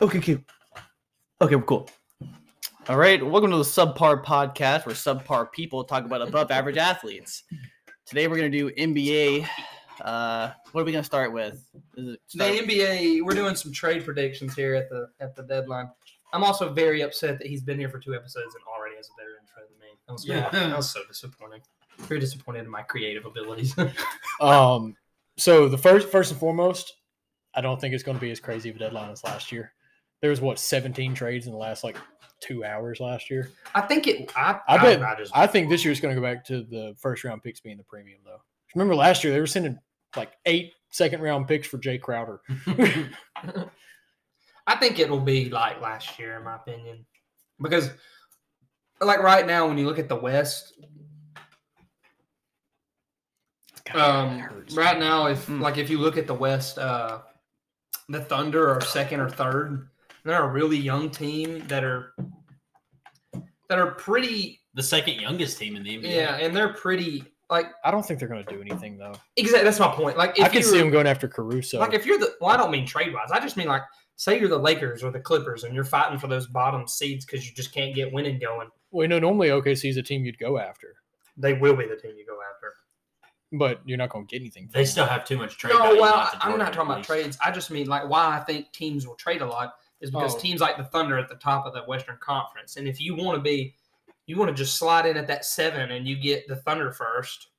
Okay, okay. Okay, cool. All right, welcome to the Subpar Podcast, where subpar people talk about above average athletes. Today we're going to do NBA. Uh, what are we going to start with? Is it- The NBA, we're doing some trade predictions here at the at the deadline. I'm also very upset that he's been here for two episodes and already has a better intro than me. That was, Yeah. that was so disappointing. Very disappointed in my creative abilities. Um, so the first, first and foremost, I don't think it's going to be as crazy of a deadline as last year. There was what 17 trades in the last like two hours last year. I think it. I, I bet- I, just, I think this year's going to go back to the first round picks being the premium though. Remember last year they were sending like eight second round picks for Jay Crowder. I think it'll be like last year, in my opinion, because like right now, when you look at the West, God, that Um, hurts. right now, if Mm. like if you look at the West, uh, the Thunder are second or third. They're a really young team that are that are pretty, the second youngest team in the NBA. yeah, and they're pretty like I don't think they're going to do anything though. exactly. That's my point. Like if I can you see were- them going after Caruso. like if you're the well, I don't mean trade wise. I just mean like say you're the Lakers or the Clippers, and you're fighting for those bottom seeds because you just can't get winning going. well, you know, normally OKC is a team you'd go after, They will be the team you go after. but you're not going to get anything. They from still have too much trade. No, value well, left to I'm Jordan, not talking at about least. trades. I just mean like why I think teams will trade a lot is because Oh. teams like the Thunder at the top of the Western Conference, and if you want to be, you want to just slide in at that seven and you get the Thunder first.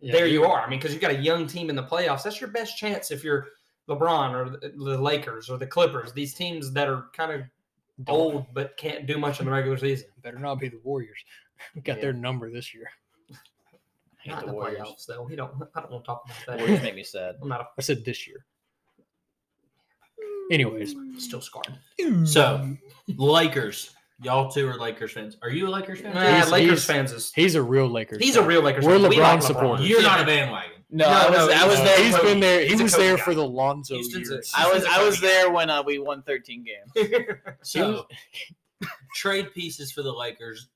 Yeah, there dude. you are. I mean, because you've got a young team in the playoffs. That's your best chance if you're LeBron or the the Lakers or the Clippers. These teams that are kind of Don't- old but can't do much in the regular season. Better not be the Warriors. Got Yeah. their number this year. I Not hate in the the Warriors. playoffs though. We don't. I don't want to talk about Warriors that. make me sad. I'm not I said this year. Anyways, a, still scarred. So, Lakers, y'all two are Lakers fans. Are you a Lakers fan? Nah, he's- Lakers fans is he's a real Lakers. He's a fan. real Lakers. We're fan. We like LeBron supporters. You're not Yeah. a bandwagon. No, No, I was, no, I was he's- there. He's when- been there. He He's a was there coach for guy. the Lonzo Houston's a- years. I was I was there when uh, we won 13 games. So, trade pieces for the Lakers.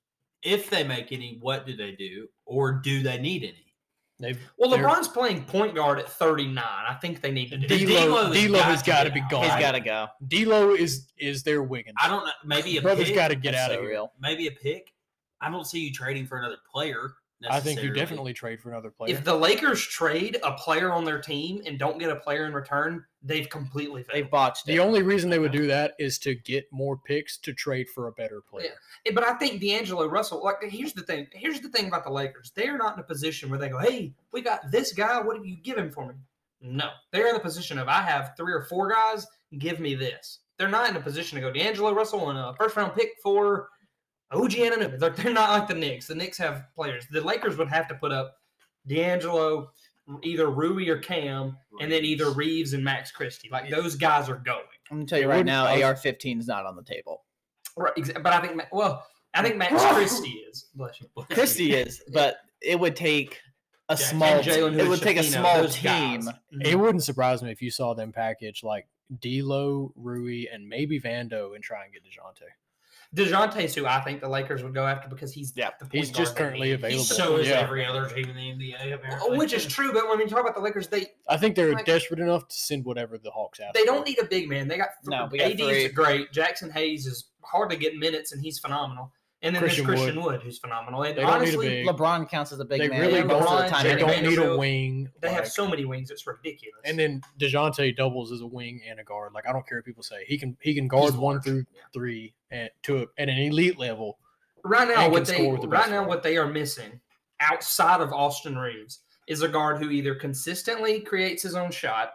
If they make any, what do they do, or do they need any? They've- Well, They're- LeBron's playing point guard at 39. I think they need to do D- D'Lo, D'Lo has D'Lo got has to got to get be out. gone. He's I- got to go. D'Lo is is their Wiggins. I don't know. Maybe a Brother's pick. got to get That's out so of here. real. Maybe a pick. I don't see you trading for another player. I think you necessarily. definitely trade for another player. If the Lakers trade a player on their team and don't get a player in return, they've completely They've failed. botched it. the only reason they would do that is to get more picks to trade for a better player. Eh, But I think D'Angelo Russell, like, here's the thing. Here's the thing about the Lakers. They're not in a position where they go, hey, we got this guy. What do you give him for me? No. They're in the position of, I have three or four guys. Give me this. They're not in a position to go D'Angelo Russell and a first round pick for OG Ananobi. They're, they're not like the Knicks. The Knicks have players. The Lakers would have to put up D'Angelo, either Rui or Cam, and then either Reeves and Max Christie. Like those guys are going. I'm gonna tell you It right wouldn't- now, I was- AR-15 is not on the table. Right. exa- But I think, Ma- well, I think Max Christie is. Bless you. Christie is, but it would take a Jack- small. and Jalen it would take a Hood-Shafino, small those team. guys. It wouldn't surprise me if you saw them package like D'Lo, Rui, and maybe Vando and try and get Dejounte. Dejounte's who I think the Lakers would go after because he's Yeah, the point He's just guard they currently need. available. So is Yeah. every other team in the NBA. Apparently. Which is true, but when we talk about the Lakers, they I think they're Like- desperate enough to send whatever the Hawks have. they don't need a big man. They got th- No, we got AD three. is great. Jackson Hayes is hardly getting minutes, and he's phenomenal. And then Christian there's Christian Wood. who's phenomenal. And They don't need a honestly, big- LeBron counts as a big They man really most of the don't. time. They Jared don't need a Vanderbilt, wing. they have like- so many wings; it's ridiculous. And then Dejounte doubles as a wing and a guard. Like I don't care what people say. He can he can guard one large, through yeah. three and to a, at an elite level. right now, and what can they score with the right best now one. what they are missing outside of Austin Reeves is a guard who either consistently creates his own shot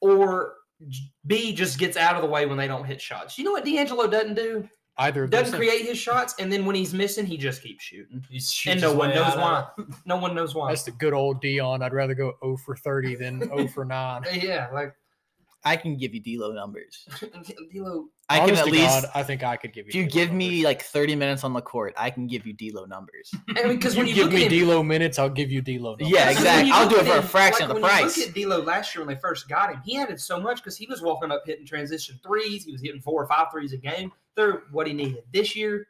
or j- B just gets out of the way when they don't hit shots. You know what D'Angelo doesn't do? Either of those Doesn't things. create his shots, and then when he's missing, he just keeps shooting, He shoots and no his one way knows out of why. it. No one knows why. That's the good old Dion. I'd rather go 0 for 30 than 0 for 9. yeah, like I can give you D'Lo numbers. D'Lo. I can Honest at to least. God, I think I could give you if you D'Lo give me numbers. like 30 minutes on the court, I can give you D'Lo numbers. I mean, because you when you give look me at him, D'Lo minutes, I'll give you D'Lo. numbers. Yeah, Because when exactly. you I'll look do it at for a him- fraction of like, the when price. You look at D'Lo last year when they first got him. He added so much because he was walking up hitting transition threes. He was hitting four or five threes a game. They're what he needed this year.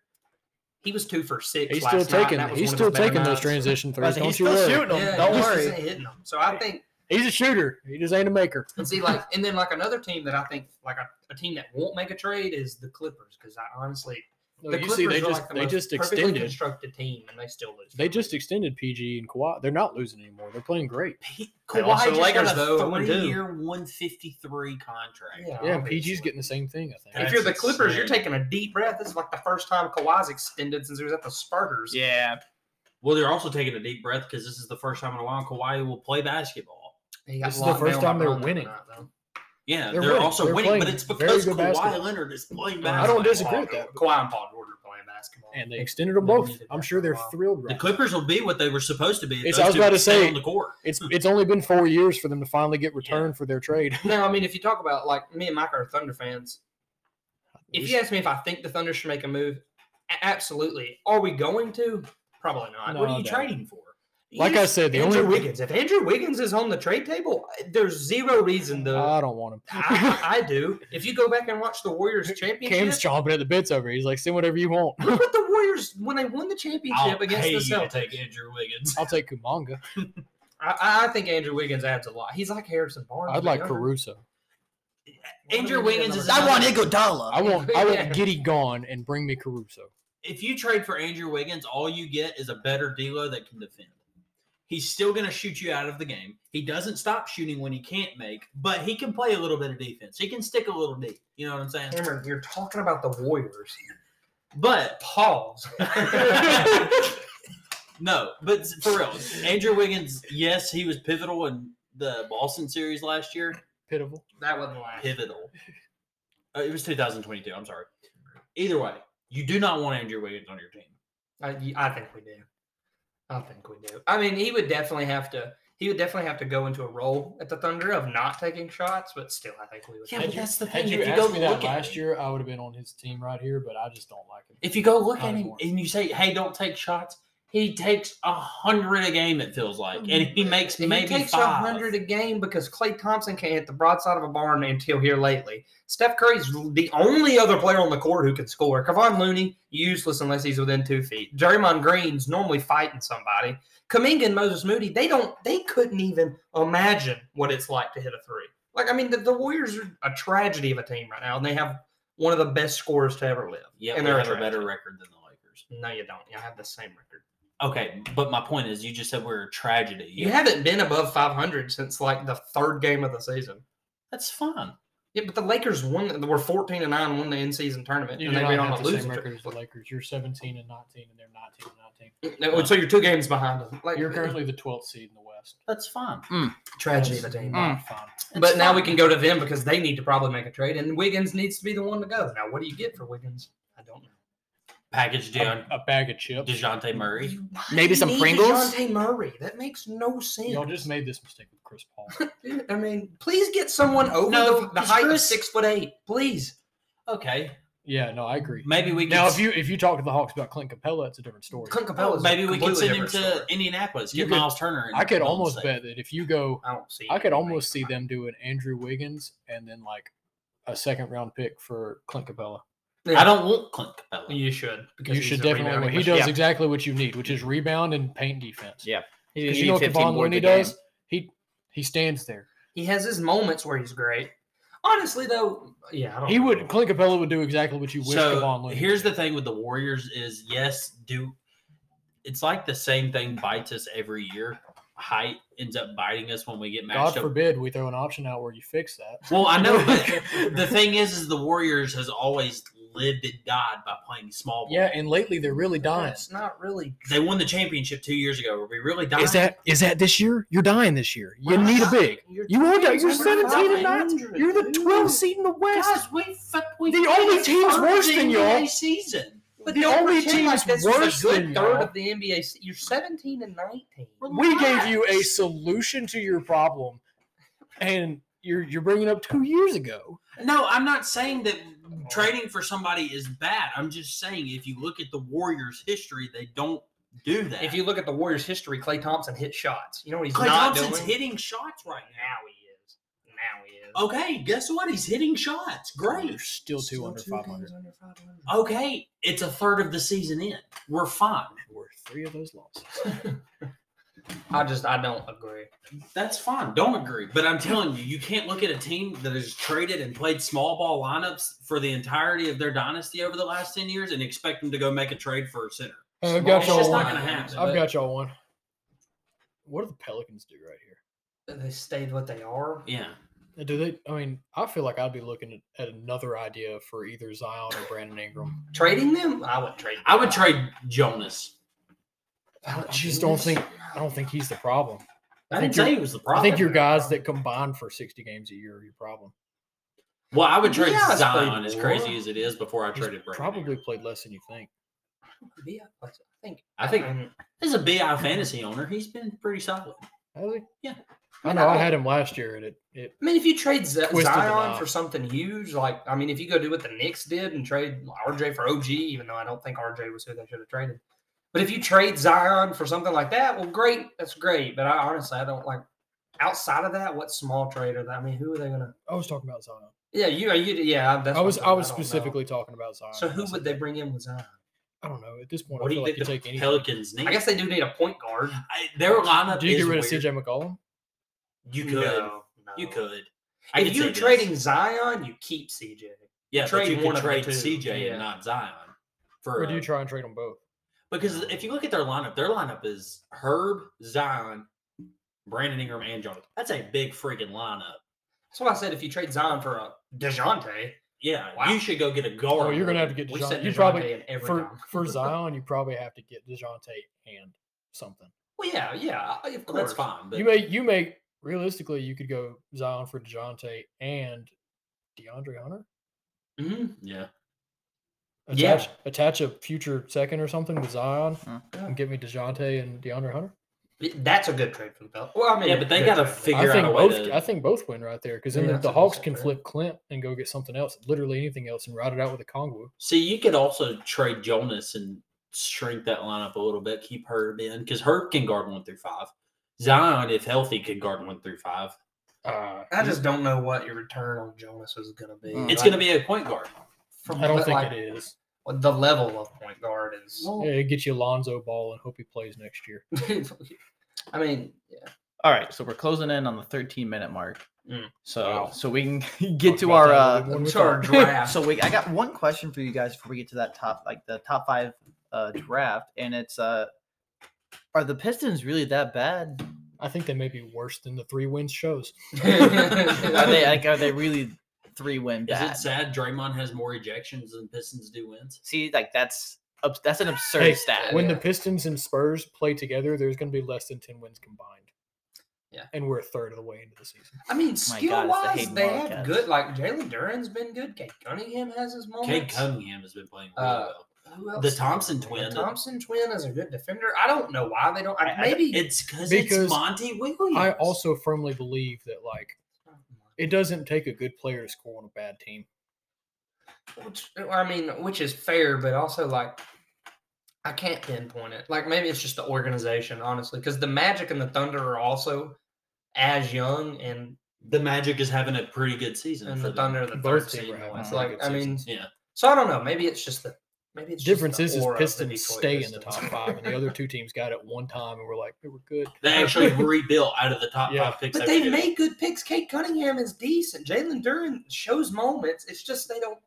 He was two for six. He's last still night, and taking that was he's one of still his better taking those nights. transition But threes. he's Don't you still worry. shooting them. Yeah, Don't he just worry. isn't hitting them. So I think He's a shooter. He just ain't a maker. And see, like, and then like another team that I think, like a, a team that won't make a trade is the Clippers, because I honestly, No, the you Clippers see, they are just like the they most just perfectly extended. constructed team, and they still lose. They just extended PG and Kawhi. They're not losing anymore. They're playing great. P- They Kawhi also just Lakers, got a though, one, two. three-year, one fifty-three contract. yeah, obviously. PG's getting the same thing. I think. If you're the That's Clippers, you're insane. taking a deep breath. This is like the first time Kawhi's extended since he was at the Spurs. Yeah. Well, they're also taking a deep breath because this is the first time in a while Kawhi will play basketball. He got This is the locked first down time by they're Brogdon winning. tonight, though. Yeah, They're they're, winning. also They're winning, but playing it's very because good Kawhi basketball. Leonard is playing basketball. I don't disagree with Paul that. George- Kawhi and Paul George are playing basketball. And they extended them both. I'm sure they're thrilled. The Right. now. Clippers will be what they were supposed to be. if It's- those I was two about to stay say- on the court. It's it's only been four years for them to finally get returned for their trade. now, I mean, if you talk about like me and Mike are Thunder fans, if you ask me if I think the Thunder should make a move, a- absolutely. Are we going to? Probably not. No, what are you no. trading for? You Like I just- said, the Andrew only- Wiggins. If Andrew Wiggins is on the trade table, there's zero reason to. I don't want him. Uh, I, I do. If you go back and watch the Warriors championship, Cam's chomping at the bits over. here. He's like, send whatever you want. look what the Warriors when they won the championship I'll against pay the you to Celtics. take Andrew Wiggins. I'll take Kumanga. I- I, I think Andrew Wiggins adds a lot. He's like Harrison Barnes. I'd but like younger. Caruso. What Andrew do we need Wiggins at is- number I want nine? Iguodala. I want I Yeah. want Giddy gone and bring me Caruso. If you trade for Andrew Wiggins, all you get is a better D'Lo that can defend. He's still going to shoot you out of the game. He doesn't stop shooting when he can't make, but he can play a little bit of defense. He can stick a little deep. You know what I'm saying? "Oh, Cameron, you're talking about the Warriors. But Pause. no, but for real, Andrew Wiggins, yes, he was pivotal in the Boston series last year. Pitiful. that wasn't last. Pivotal. Uh, it was 2022. I'm sorry. Either way, you do not want Andrew Wiggins on your team. I, I think we do. I think we do. I mean, he would definitely have to. He would definitely have to go into a role at the Thunder of not taking shots, but still, I think we would. Yeah, take but him. that's the Had thing. you, If you asked go me that look at last him- year, I would have been on his team right here, but I just don't like him. If you go look Not at him anymore. and you say, "Hey, don't take shots," he takes a hundred a game. It feels like, and he makes he maybe takes five. 100 a game because Clay Thompson can't hit the broadside of a barn until here lately. Steph Curry's the only other player on the court who can score. Kevon Looney, useless unless he's within two feet. Draymond Green's normally fighting somebody. Kaminga and Moses Moody, they don't, they couldn't even imagine what it's like to hit a three. Like, I mean, the, the Warriors are a tragedy of a team right now, and they have one of the best scorers to ever live. Yeah, and we they're have a trash. better record than the Lakers. No, you don't. You have the same record. Okay, but my point is, you just said we're a tragedy. You haven't been above 500 since like the third game of the season. that's fine. Yeah, but the Lakers won. They were fourteen and nine, won the in season tournament, You and do they not went on have a the same losing record streak. as the Lakers. You're 17 and 19, and they're 19 and No, So you're two games behind them. Like 19. You're currently the 12th seed in the West. That's fine. tragedy of a That's team. not fine. But It's now we fine. can go to them because they need to probably make a trade, and Wiggins needs to be the one to go. Now, what do you get for Wiggins? I don't know. package down A, a bag of chips. Dejounte Murray. Why Maybe do some you need Pringles? DeJounte Murray. That makes no sense. Y'all just made this mistake with Chris Paul. I mean, please get someone over No, the, the it's height of Chris. six foot eight, please. Okay, yeah, no, I agree. maybe we Now, could. if you if you talk to the Hawks about Clint Capella, it's a different story. Clint Capella's maybe we can could send him to Indianapolis. You Get could- Miles Turner. and I could Golden almost State. bet that if you go, I don't see. I could anything almost see about them doing Andrew Wiggins and then like a second round pick for Clint Capella. it. Yeah. I don't want Clint Capella. You should. You he's should a definitely. rebounding He machine. does exactly what you need, which is rebound and paint defense. Yeah. Because you know what Kevon Looney does? He he stands there. He has his moments where he's great. Honestly, though, yeah, I don't. He know. would Clint Capella would do exactly what you wish Kevon Oh. so Looney. here's the would thing with the Warriors is yes, do it's like the same thing bites us every year. Height ends up biting us when we get do. God matched up. forbid we throw an option out where you fix that. Well, I know, but the thing is, is the Warriors has always lived and died by playing small ball. Yeah, and lately they're really dying. It's not really. They won the championship two years ago. Where we really died. Is that is that this year? You're dying this year. You Wow. need a big. You're You are dying. You're We're 17 and 9. 500, You're the dude. 12th seed in the West. Guys, we fuck. We The only finished team's third worse in than the NBA y'all. Season. But the don't only pretend team like is this worse is a good than third y'all. of the NBA. se- You're 17 and 19. We gave Relax. you a solution to your problem, and you're you're bringing up two years ago. No, I'm not saying that Oh. trading for somebody is bad. I'm just saying if you look at the Warriors' history, they don't do that. If you look at the Warriors' history, Clay Thompson hit shots. You know what he's Klay not Thompson's doing? Oh. hitting shots right Now he is. Now he is. now. Okay, guess what? He's hitting shots. You're Great. still two Still under two 500. games under 500. Okay, it's a third of the season in. We're fine. We're three of those losses. I just I don't agree. That's fine. Don't agree. But I'm telling you, you can't look at a team that has traded and played small ball lineups for the entirety of their dynasty over the last 10 years and expect them to go make a trade for a center. I've Small- got It's just y'all not one. going to happen. I've but- got y'all one. What do the Pelicans do right here? They stayed what they are. Yeah. Uh, Do they? I mean, I feel like I'd be looking at, at another idea for either Zion or Brandon Ingram. Trading them, I would trade. I would trade Jonas. Oh, I would I just do don't this. think. I don't think he's the problem. I, think didn't you're- say he was the I problem. think your guys that combine for sixty games a year are your problem. Well, I would trade Yeah, it's Zion played as more. crazy as it is before I He's traded Brandon. probably Ingram. played less than you think. Yeah, I think. I think um, as a BI fantasy owner, he's been pretty solid. Has he? Yeah. I know. I had him last year, and it. it I mean, if you trade Z- Twisted the Zion knob. for something huge, like I mean, if you go do what the Knicks did and trade RJ for OG, even though I don't think RJ was who they should have traded, but if you trade Zion for something like that, well, great, that's great. But I honestly, I don't like outside of that. What small trade are that? I mean, who are they gonna? I was talking about Zion. Yeah, you, you yeah. That's what I I'm was. saying, I was don't know. specifically talking about Zion. So when I who said would they that. bring in with Zion? I don't know. At this point, What I do feel you like think you the take any. Pelicans need? I guess they do need a point guard. I, their lineup Do you is get rid of weird. CJ McCollum? You could. No, no. You could. I could If see you're this. trading Zion, you keep CJ. Yeah, Trade trade but you one could of the trade two. CJ Yeah. and not Zion. For Or do a- you try and trade them both? because if you look at their lineup, their lineup is Herb, Zion, Brandon Ingram, and Jonathan. That's a big freaking lineup. That's what I said. If you trade Zion for a Dejounte, Yeah, Wow. you should go get a guard. Oh, you're gonna have to get we said Dejounte. You Dejounte probably in every for time. for Zion, you probably have to get Dejounte and something. Well, yeah, yeah, of Well, that's course. fine. But You may you may realistically you could go Zion for Dejounte and DeAndre Hunter. Mhm. yeah, Yeah. Attach attach a future second or something with Zion Mm. and give me Dejounte and DeAndre Hunter. It- That's a good trade for the Pelicans. Well, I mean, yeah, but they good gotta trade. figure I think out a way both to. I think both win right there because then Yeah, the- that's the a Hawks decent can trade. flip Clint and go get something else, literally anything else, and ride it out with a Kongwu. See, you could also trade Jonas and shrink that lineup a little bit. Keep Herb in because Herb can guard one through five. Zion, if healthy, could guard one through five. Uh, I just don't know what your return on Jonas is going to be. Mm. It's going to be a point guard. From, I don't but, think like, it is. what The level of point guard is. Yeah, it gets you Lonzo Ball and hope he plays next year. I mean, yeah. All right, so we're closing in on the 13 minute mark. Mm. So Wow. so we can get Talked to about our that a uh, little bit when we So our talked. draft. So we, I got one question for you guys before we get to that top, like the top five uh, draft, and it's uh, are the Pistons really that bad? I think they may be worse than the three wins shows. Are they like, are they really three win Is bad? it sad Draymond has more ejections than Pistons do wins? See, like that's abs- that's an absurd Hey, stat. When the Yeah. Pistons and Spurs play together, there's going to be less than ten wins combined. Yeah. and we're a third of the way into the season. I mean, My God, it's the skill wise, Hayden they have Wildcats. good. Like Jalen Duran's been good. Kate Cunningham has his Kate moments. Cunningham has been playing really Uh, well. Who else The is Thompson there? twin. The Thompson twin is a good defender. I don't know why they don't. I, I- I- maybe It's because Because it's Monty Williams. I also firmly believe that like it doesn't take a good player to score on a bad team. Which, I mean, which is fair, but also like I can't pinpoint it. Like maybe it's just the organization, honestly, because the Magic and the Thunder are also as young, and the Magic is having a pretty good season. and for the them. Thunder are the Both third teams seed. are in the having West. pretty Like good I mean, seasons. Yeah. so I don't know. Maybe it's just the maybe it's Difference just is the is aura of the Pistons Detroit stay in the top Pistons. five, and the other two teams got it one time, and we're like, "Hey, we're good. They actually rebuilt out of the top Yeah. five picks. But every they've year. made good picks. Kate Cunningham is decent. Jalen Duran shows moments. It's just they don't.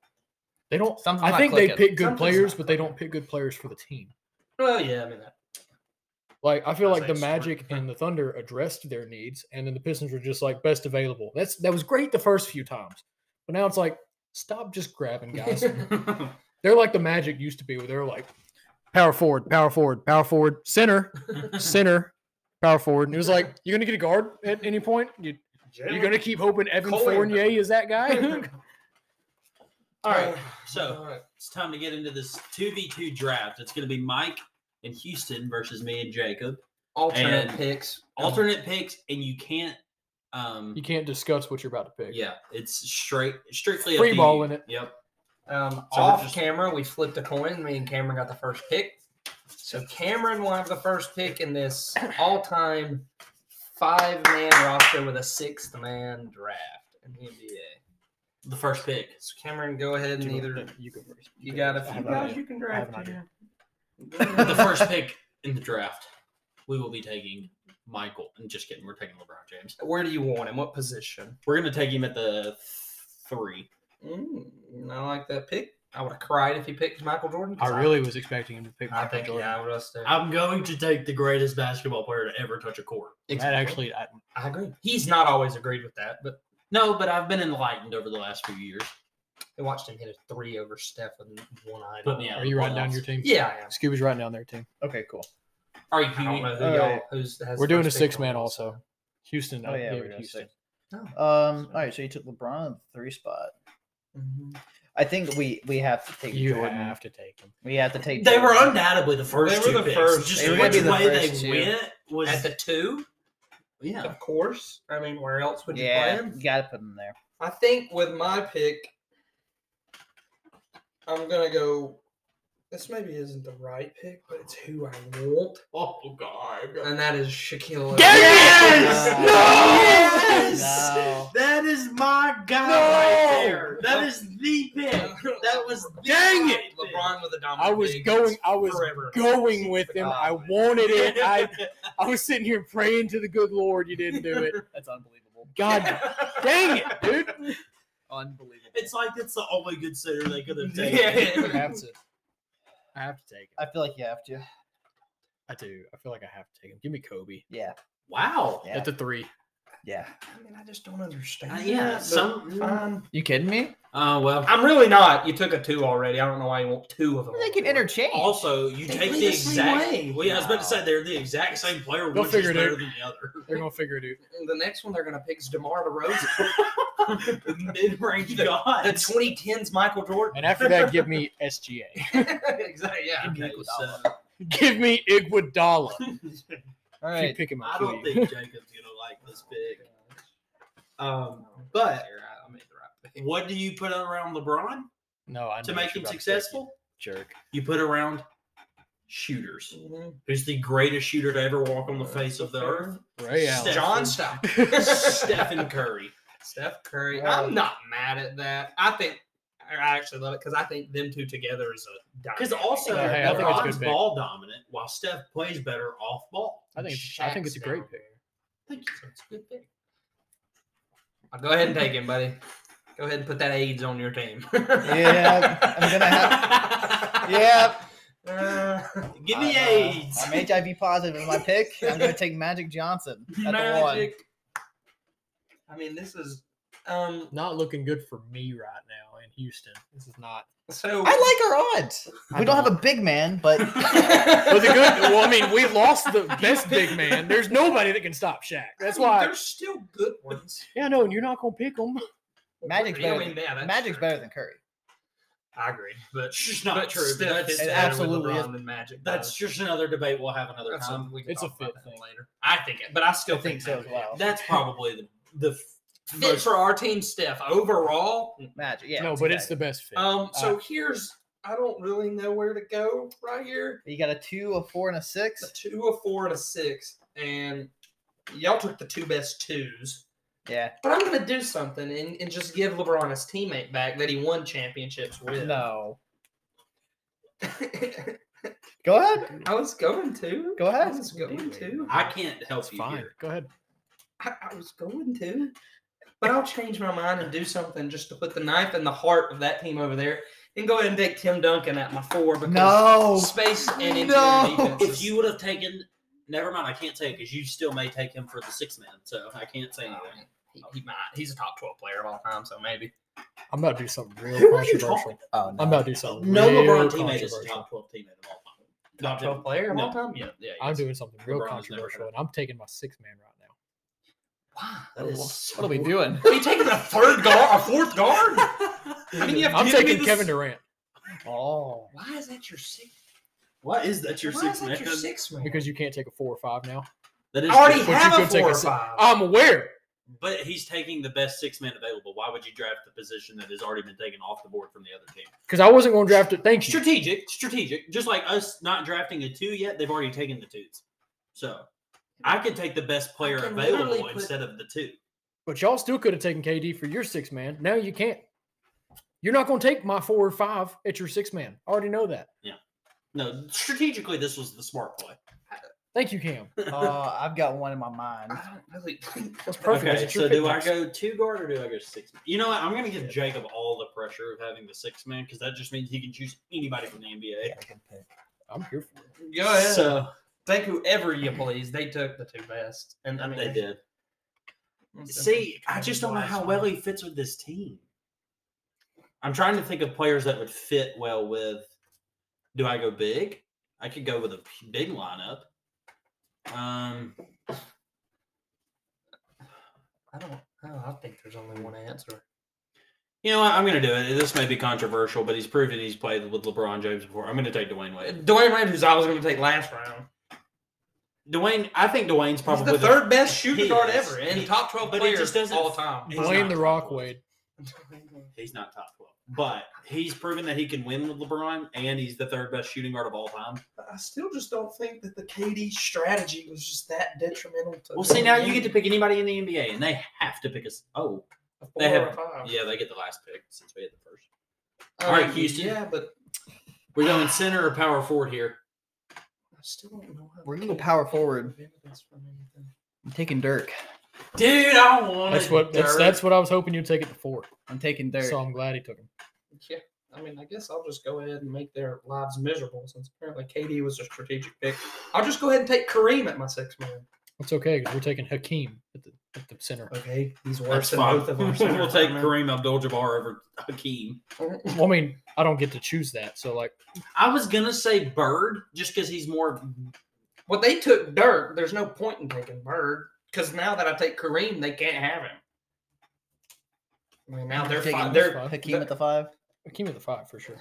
They don't. Something's I not think they clicking. pick good Something's players, not but they clicking. don't pick good players for the team. Well, yeah, I mean that. Like I feel I'd like say the it's smart. Magic and the Thunder addressed their needs, and then the Pistons were just like best available. That's that was great the first few times, but now it's like stop just grabbing guys. they're like the Magic used to be, where they're like power forward, power forward, power forward, center, center, power forward, and it was like you're gonna get a guard at any point. You, you're gonna keep hoping Evan Cole and- Fournier is that guy. All right. Uh, all So right. it's time to get into this 2v2 draft. It's going to be Mike and Houston versus me and Jacob. alternate And- um, picks. Alternate picks, and you can't. Um, Oh. you can't discuss what you're about to pick. Yeah, it's straight, strictly Free up to ball you. in it. Yep. Um, So we're off just- camera, we flipped a coin. Me and Cameron got the first pick. So Cameron will have the first pick in this all-time five-man roster with a sixth-man draft in the NBA. The first pick. So Cameron, go ahead and You go- either you go first. you got a I few have an idea. guys you can draft an here. the first pick in the draft. We will be taking Michael. I'm just kidding. We're taking LeBron James. Where do you want him? What position? We're gonna take him at the three. Mm, I like that pick. I would have cried if he picked Michael Jordan. 'cause I really was expecting him to pick I, Michael think Jordan. yeah, I would have stayed. I'm going to take the greatest basketball player to ever touch a court. That actually, I, I agree. He's not always agreed with that, but No, but I've been enlightened over the last few years. I watched him hit a three over Steph with one eye. Put me out. are you writing down your team? Yeah, I am. Scooby's writing down their team. Okay, cool. Are you? I don't know who All y'all right. who's has We're doing a first pick six man on this. also. Houston. Oh I yeah, gave we're it doing Houston. six. No. Um. All right. So you took LeBron in the three spot. Mhm. I think we we have to take You Jordan. have to take him. We have to take. They were Jordan. undoubtedly the first. They were two the picks. first. Just They were gonna which be the way they first two. went was at the two, yeah. of course. I mean, where else would you Yeah, play him? you gotta put him there. I think with my pick, I'm gonna go. This maybe isn't the right pick, but it's who I want, Oh God. and that is Shaquille. O'Neal. Yes! No! No! Uh, No. That is my guy No! right there. That is the pick. That was the Dang right it! pick. LeBron with a dominant. I was big going. I was forever. going with him. I Oh, man. wanted it. I I was sitting here praying to the good Lord you didn't do it. That's unbelievable. God dang it, dude. Unbelievable. It's like it's the only good center they could have taken. Yeah. I have to. I have to take him. I feel like you have to. I do. I feel like I have to take him. Give me Kobe Yeah. Wow. Yeah. at the three. Yeah. I mean, I just don't understand. Uh, that, yeah. but Some. Uh, fine. You kidding me? well. I'm really not. You took a two already. I don't know why you want two of them. They on can board. interchange. Also, you They take play the, the same exact. way. Well, yeah, I was about to say they're the exact same player. They'll One's figure it just better out. than the other. They're gonna figure it out. The next one they're going to pick is DeMar DeRozan. mid-range The- god. the 2010s Michael Jordan. And after that, give me SGA. exactly. Yeah. Okay, so Give me Iguodala. All If you right. pick him up, I don't please. think Jacob's gonna like this pick. Um, but I made the right pick. what do you put around LeBron No, I to know what you're make him about to pick, successful? you Jerk. You put around shooters. Mhm. Who's the greatest shooter to ever walk on the face of the earth? Ray Allen. Steph- John Stockton. Stephen Curry. Steph Curry. Wow. I'm not mad at that. I think I actually love it because I think them two together is a dynamic. Because also Yeah, hey, I think it's a good LeBron's pick. ball dominant, while Steph plays better off ball. I think it's, I think it's a Shaq's great down pick. Thank you. That's a good pick. I'll Uh, go ahead and take him, buddy. Go ahead and put that AIDS on your team. Yeah, I'm gonna have. Yep. Give I'm, me uh, AIDS. I'm HIV positive in my pick. I'm gonna take Magic Johnson at the one. Magic. I mean, this is um. Not looking good for me right now in Houston. This is not. So I like our odds. I We don't have a don't. big man, but But the good. Well, I mean, we lost the best big man. There's nobody that can stop Shaq. That's why. there's still good ones. Yeah, no, and you're not gonna pick him. Magic's Yeah, I better. mean, yeah, that's Magic's true. better than Curry. I agree, but It's just not but true, but Steph that's- fits It better with absolutely LeBron is. than Magic. That's does. just another debate we'll have another That's time. something we can It's a talk about fit that thing. later. I think it, but I still I think so as Magic. well. That's probably the, the Fit most. for our team, Steph. Overall, Magic. Yeah. no, but it's the best Oh, fit. Um, so Uh, here's I don't really know where to go right here. You got a two, a four, and a A six. two, a four, and a six, and y'all took the two best twos. Yeah. But I'm gonna do something and, and just give LeBron his teammate back that he won championships Oh, with. No. Go ahead. I was going to. Go ahead. I was going to. I can't help it's you fine. here. Go ahead. I, I was going to. But I'll change my mind and do something just to put the knife in the heart of that team over there and go ahead and take Tim Duncan at my four because No. space and interior No. defense. If you would have taken, never mind. I can't say because you still may take him for the six man, so I can't say anything. he, he might. He's a top twelve player of all time, so maybe. I'm about to do something real Who are you controversial. Oh no. I'm about to do something. No real LeBron teammate is a controversial. top twelve teammate of all time. Top twelve player of all No. time. Yeah, yeah. I'm doing something real LeBron is never controversial, gonna- and I'm taking my six man right now. Wow. That is What are we doing? Are you taking a third guard, a fourth guard? I mean, you have given I'm me taking this- Kevin Durant Oh. Why is that your six? What is that? Your why six is that man? your six man? because you can't take a four or five now. That is I already true. But you have a could take four a Oh. or si- five. I'm aware. But he's taking the best six man available. Why would you draft the position that has already been taken off the board from the other team? Because I wasn't going to draft it. Thank you. Strategic, strategic. Just like us not drafting a two yet, they've already taken the twos. So I could take the best player can literally available put- instead of the two. But y'all still could have taken KD for your six man. Now you can't. You're not going to take my four or five at your six man. I already know that. No, strategically, this was the smart play. Thank you, Cam. Uh, I've got one in my mind. I don't really think That's perfect. Okay, That's your so do I picks. go two guard or do I go six? Man? You know what? I'm gonna give Jacob all the pressure of having the six man because that just means he can choose anybody from the NBA. I'm here for it. Go ahead. So Take whoever you please. They took the two best, and I mean they did. that's- See, I just don't know how well he fits with this team. I'm trying to think of players that would fit well with. Do I go big? I could go with a p- big lineup. Um, I don't. Oh, I think there's only one answer. you know what? I'm gonna do it. This may be controversial, but he's proven he's played with LeBron James before. I'm gonna take Uh, Dwayne Wade. Dwayne Wade, who's I was going to take last round, Dwayne, I think Dwayne's he's probably the third best he shooting guard is. ever and He- top twelve but it player just doesn't- all time. He's Blame not the top Rock one. Wade. He's not top twelve, but he's proven that he can win with LeBron, and he's the third best shooting guard of all time. I still just don't think that the KD strategy was just that detrimental. To Well, see, now you get to pick anybody in the NBA, and they have to pick us. Oh, they Four or have- five. yeah, they get the last pick since we had the first. Um, All right, Houston. Yeah, but We're going center or power forward here. I still don't know. how We're to gonna go pick power forward. evidence from anything. I'm taking Dirk. Dude, I want That's what that's, that's what I was hoping you'd take it before. I'm taking Dirk. So I'm glad he took him. Yeah, I mean, I guess I'll just go ahead and make their lives miserable since apparently KD was a strategic pick. I'll just go ahead and take Kareem at my six man. It's okay because we're taking Hakeem at the, at the center. Okay, he's worse That's than fine. both of we'll us. take Kareem Abdul-Jabbar over Hakeem. Well, I mean, I don't get to choose that, so like, I was gonna say Bird just because he's more. Well, they took Dirk. There's no point in taking Bird because now that I take Kareem, they can't have him. I mean, now they're Taking fine. this They're five. Hakeem at the five. Hakeem at the five for sure.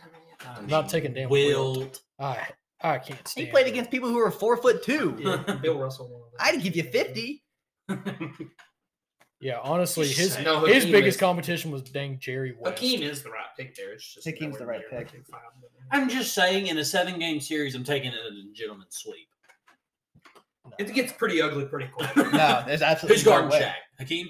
I'm not taking damn Wilt. I I can't He stand. played him. against people who were four foot two. Yeah, Bill Russell. won all that. I'd give you fifty. Yeah, honestly, his Just No, his Hakeem biggest is- competition was dang Jerry West. Hakeem is the right pick there. It's just Hakeem's the nowhere right near pick. the top five. I'm just saying, in a seven-game series, I'm taking it as a gentleman's sweep. It gets pretty ugly pretty quick. No, there's absolutely Who's no guarding way. Shaq? Hakeem.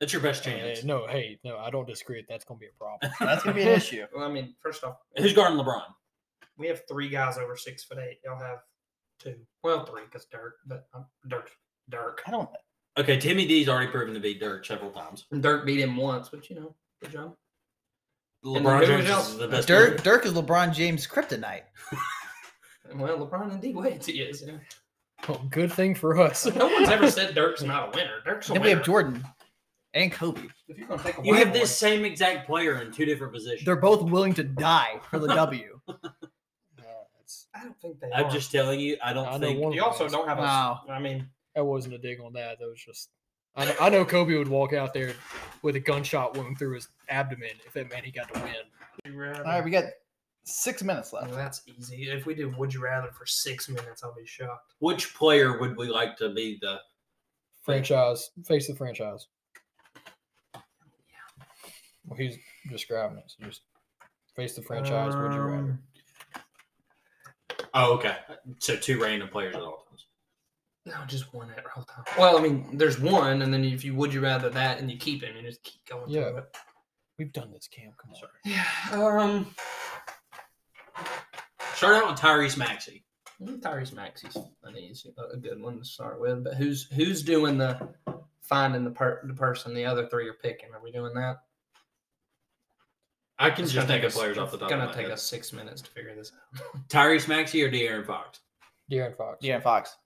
That's your best Hey, chance. no, hey, no, I don't disagree. That's gonna be a problem. That's gonna be an issue. well, I mean, first off, Who's guarding LeBron? we have three guys over six foot eight. Y'all have two. Well, three because Dirk, but um, Dirk, Dirk, I don't. Okay, Timmy D's already proven to be dirt several times. Dirk beat him once, but you know, good job. then LeBron who James else? is the best. Dirk. Dirk is LeBron James kryptonite. Well, LeBron and D Wade, he is. You know? Well, good thing for us. No one's ever said Dirk's not a winner. Dirk's a Then winner. we have Jordan and Kobe. If you're gonna take a You white have this same exact player in two different positions. They're both willing to die for the W. Uh, that's- one, I don't think they. I'm are. just telling you, I don't I know think. one- You also don't have a. Wow. I mean, that wasn't a dig on that. That was just. I know, I know Kobe would walk out there with a gunshot wound through his abdomen if that man he got to win. would you rather? All right, we got six minutes Well, left. that's easy. If we do Would You Rather for six minutes, I'll be shocked. Which player would we like to be the? Franchise face the franchise. Well, he's describing it. So just face the franchise. would you rather? Um, Oh, okay. So two random players at all times. No, just one at all time. Well, I mean, there's one, and then if you would you rather that, and you keep him, and just keep going Yeah. through it. We've done this, Cam. Come on. Sorry. Yeah. Um. Start out with Tyrese Maxey. Tyrese Maxey's an easy, a good one to start with. But who's who's doing the finding the, per- the person the other three are picking? Are we doing that? I can It's just gonna think of players us- off the top. Gonna of my take head. us six minutes to figure this out. Tyrese Maxey or De'Aaron Fox. De'Aaron Fox. De'Aaron Fox.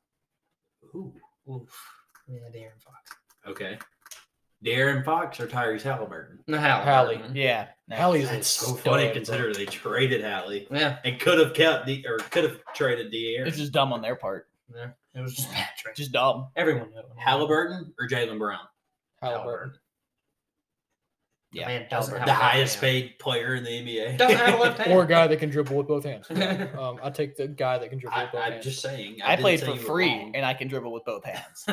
Ooh. Oof. Yeah, Darren Fox. Okay. De'Aaron Fox or Tyrese Halliburton. No, Hallie. Hallie. Mm-hmm. Yeah. no. Hallie's It's so stud, funny bro. considering they traded Hallie Yeah. and could have kept the or could have traded De'Aaron. It's just dumb on their part. Yeah. It was just bad trade. Just dumb. Everyone knew. it. Halliburton or Jalen Brown, Halliburton. Yeah. Man, doesn't Halliburton. have a the left highest hand. paid player in the NBA. Doesn't have a left hand. or a guy that can dribble with both hands. Um, I take the guy that can dribble I, with both I'm hands. just saying. I, didn't played say for you were free wrong. and I can dribble with both hands.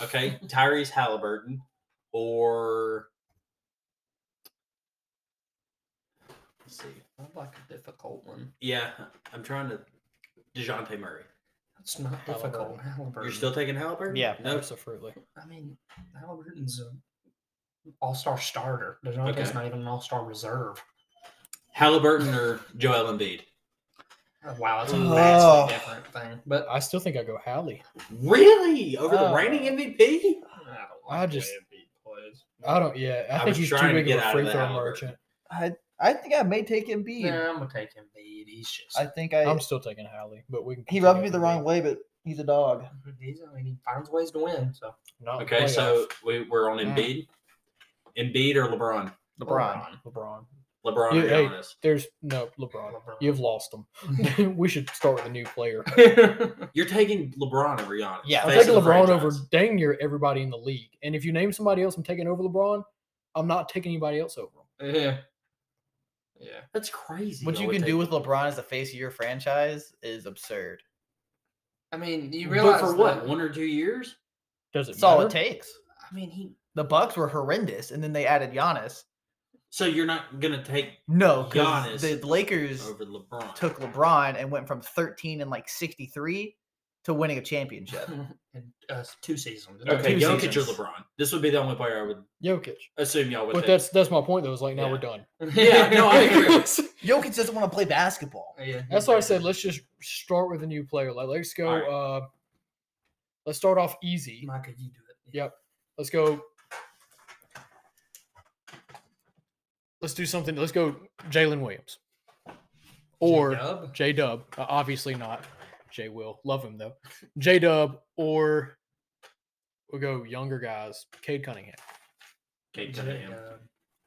okay, Tyrese Halliburton or let's see. I'd like a difficult one. Yeah, I'm trying to DeJounte Murray. It's not difficult. Halliburton. Halliburton. You're still taking Halliburton? Yeah. No. absolutely. I mean, Halliburton's an all-star starter. DeJounte's Okay. not even an all-star reserve. Halliburton or Joel Embiid. Wow, that's a Oh. vastly different thing. But I still think I go Howley. Really? Over Oh. the reigning MVP? I, don't like I the just- way Embiid plays. I don't. Yeah, I, I think was he's too trying to big get of a out free of throw that, Albert. merchant. I I think I may take Embiid. Nah, I'm gonna take Embiid. He's just I think I I'm still taking Howley, but we can. he continue rubbed me with the wrong way, but he's a dog. he's, I mean, he finds ways to win. So Not in the Okay, so playoffs. we, we're on Mm. Embiid. Embiid or LeBron? LeBron. LeBron You- or hey. Giannis? There's no LeBron. LeBron. You've lost him. we should start with a new player. You're taking LeBron over Giannis. Yeah, I'm Face taking of the LeBron over franchise. dang near everybody in the league. And if you name somebody else, I'm taking over LeBron. I'm not taking anybody else over him. yeah, yeah. That's crazy. What I you would can take- do with LeBron as the face of your franchise is absurd. I mean, you but realize for what? that- One or two years? Does it That's all matter? it takes. I mean, he The Bucks were horrendous, and then they added Giannis. So you're not gonna take No, because the Giannis Oh. Lakers over LeBron? took LeBron and went from 13 and like 63 to winning a championship. in uh, two seasons. It took Okay, two Jokic or seasons. LeBron. This would be the only player I would Jokic. assume y'all would But take. that's that's my point though. Is like now Yeah. we're done. Yeah, no, I agree. Jokic doesn't want to play basketball. Yeah, that's why I said let's just start with a new player. Like let's go. All right. Uh, let's start off easy. Micah, you do it. Yep. Let's go. Let's do something. Let's go Jalen Williams or J-Dub? J Dub. Uh, obviously not J Will. Love him though. J Dub or we'll go younger guys. Cade Cunningham. Kate Cunningham. J-Dub.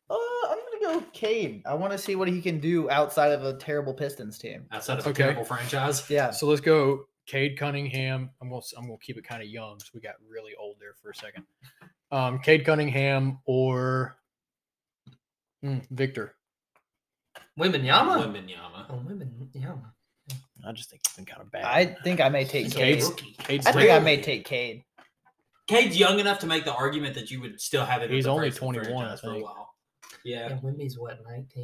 Uh, I'm gonna go Cade. I want to see what he can do outside of a terrible Pistons team. Outside of a Okay. terrible franchise. Yeah, So let's go Cade Cunningham. I'm gonna s- I'm gonna keep it kind of young. So we got really old there for a second. Um, Cade Cunningham or mm, Victor. Women Yama. Wembanyama. Oh, women Yama. I just think he's been kind of bad. I think I may take He's a Cade. Cade's- rookie. Cade's I think I may Really? take Cade. Cade's young enough to make the argument that you would still have it. at He's the only face of the 21, I franchise for a think. while. Yeah. And Wimby's what, 19?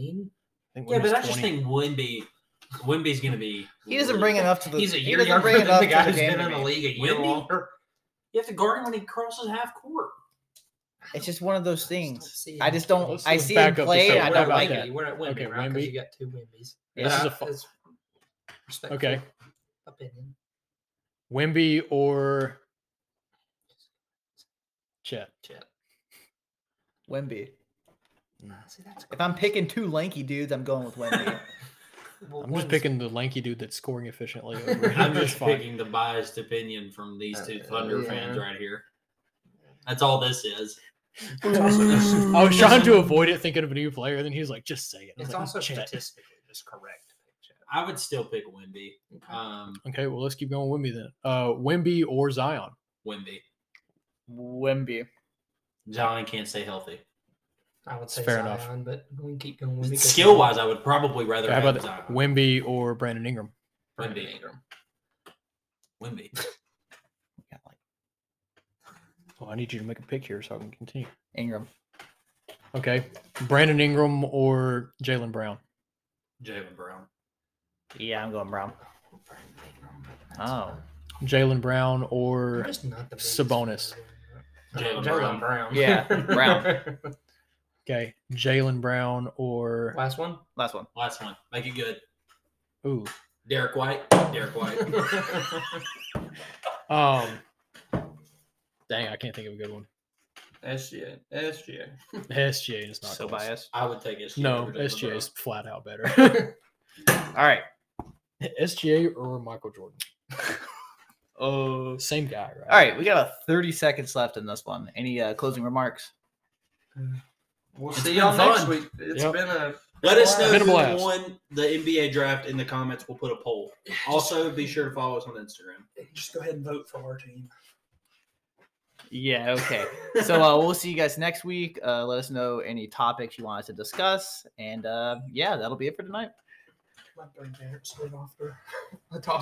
think Yeah, when but he's I just 20. think Wimby, Wimby's gonna be. He doesn't really bring good. enough to the. He's a he year doesn't younger bring than enough the guy to who's the game. been in to the me. league a year Wimby? longer. You have to guard him when he crosses half court. It's just one of those I things. just don't see I it. just don't. Let's- I let's see back him up this play, up. and I What we're don't at about like Wimby. it. We're at Wimby, Okay, right? 'Cause Wimby. you got two Wimbys. Yeah. This is a That fu- is respectful okay. Opinion. Wimby or Chet. Wimby. See, that's If I'm picking two lanky dudes, I'm going with Wimby. Well, I'm just one's- picking the lanky dude that's scoring efficiently. Over him. I'm It's just fine. picking the biased opinion from these two Uh, Thunder yeah. fans right here. That's all this is. I was trying to avoid it, thinking of a new player. Then he was like, "Just say it." I was It's like, also Chet. statistically just correct. to pick Chet. I would still pick Wimby. Um, Okay, well, let's keep going. Wimby then. Uh, Wimby or Zion? Wimby. Wimby. Zion can't stay healthy. I would say fair fair enough. Zion, enough. but we can keep going. Wimby 'cause Skill wise, I would probably rather How have about Zion. that? Wimby or Brandon Ingram? Brandon Wimby. Ingram. Wimby. Yeah, like Well, I need you to make a pick here so I can continue. Ingram. Okay, Brandon Ingram or Jalen Brown? Jalen Brown. Yeah, I'm going Brown. Brandon Ingram, but that's Oh. Jalen Brown I'm or just not the biggest Sabonis. fan of Uh, Jalen Jalen Brown. Brown. Yeah, Brown. okay, Jalen Brown or Last one. Last one. Last one. Make it good. ooh, Derek White. Derek White. um, dang, I can't think of a good one. SGA. SGA. SGA is not so close. biased. I would take SGA. No, over Jalen SGA Brown. is flat out better. All right. SGA or Michael Jordan? Oh. Same guy, right? All right, we got about 30 seconds left in this one. Any uh, closing remarks? We'll It's see been y'all next fun. week. It's Yep. been a Let us know Been a who blast. won the NBA draft in the comments. We'll put a poll. Also, be sure to follow us on Instagram. just go ahead and vote for our team. Yeah, okay. so uh, we'll see you guys next week. Uh, let us know any topics you want us to discuss. And uh, yeah, that'll be it for tonight. My grandparents did after I talked.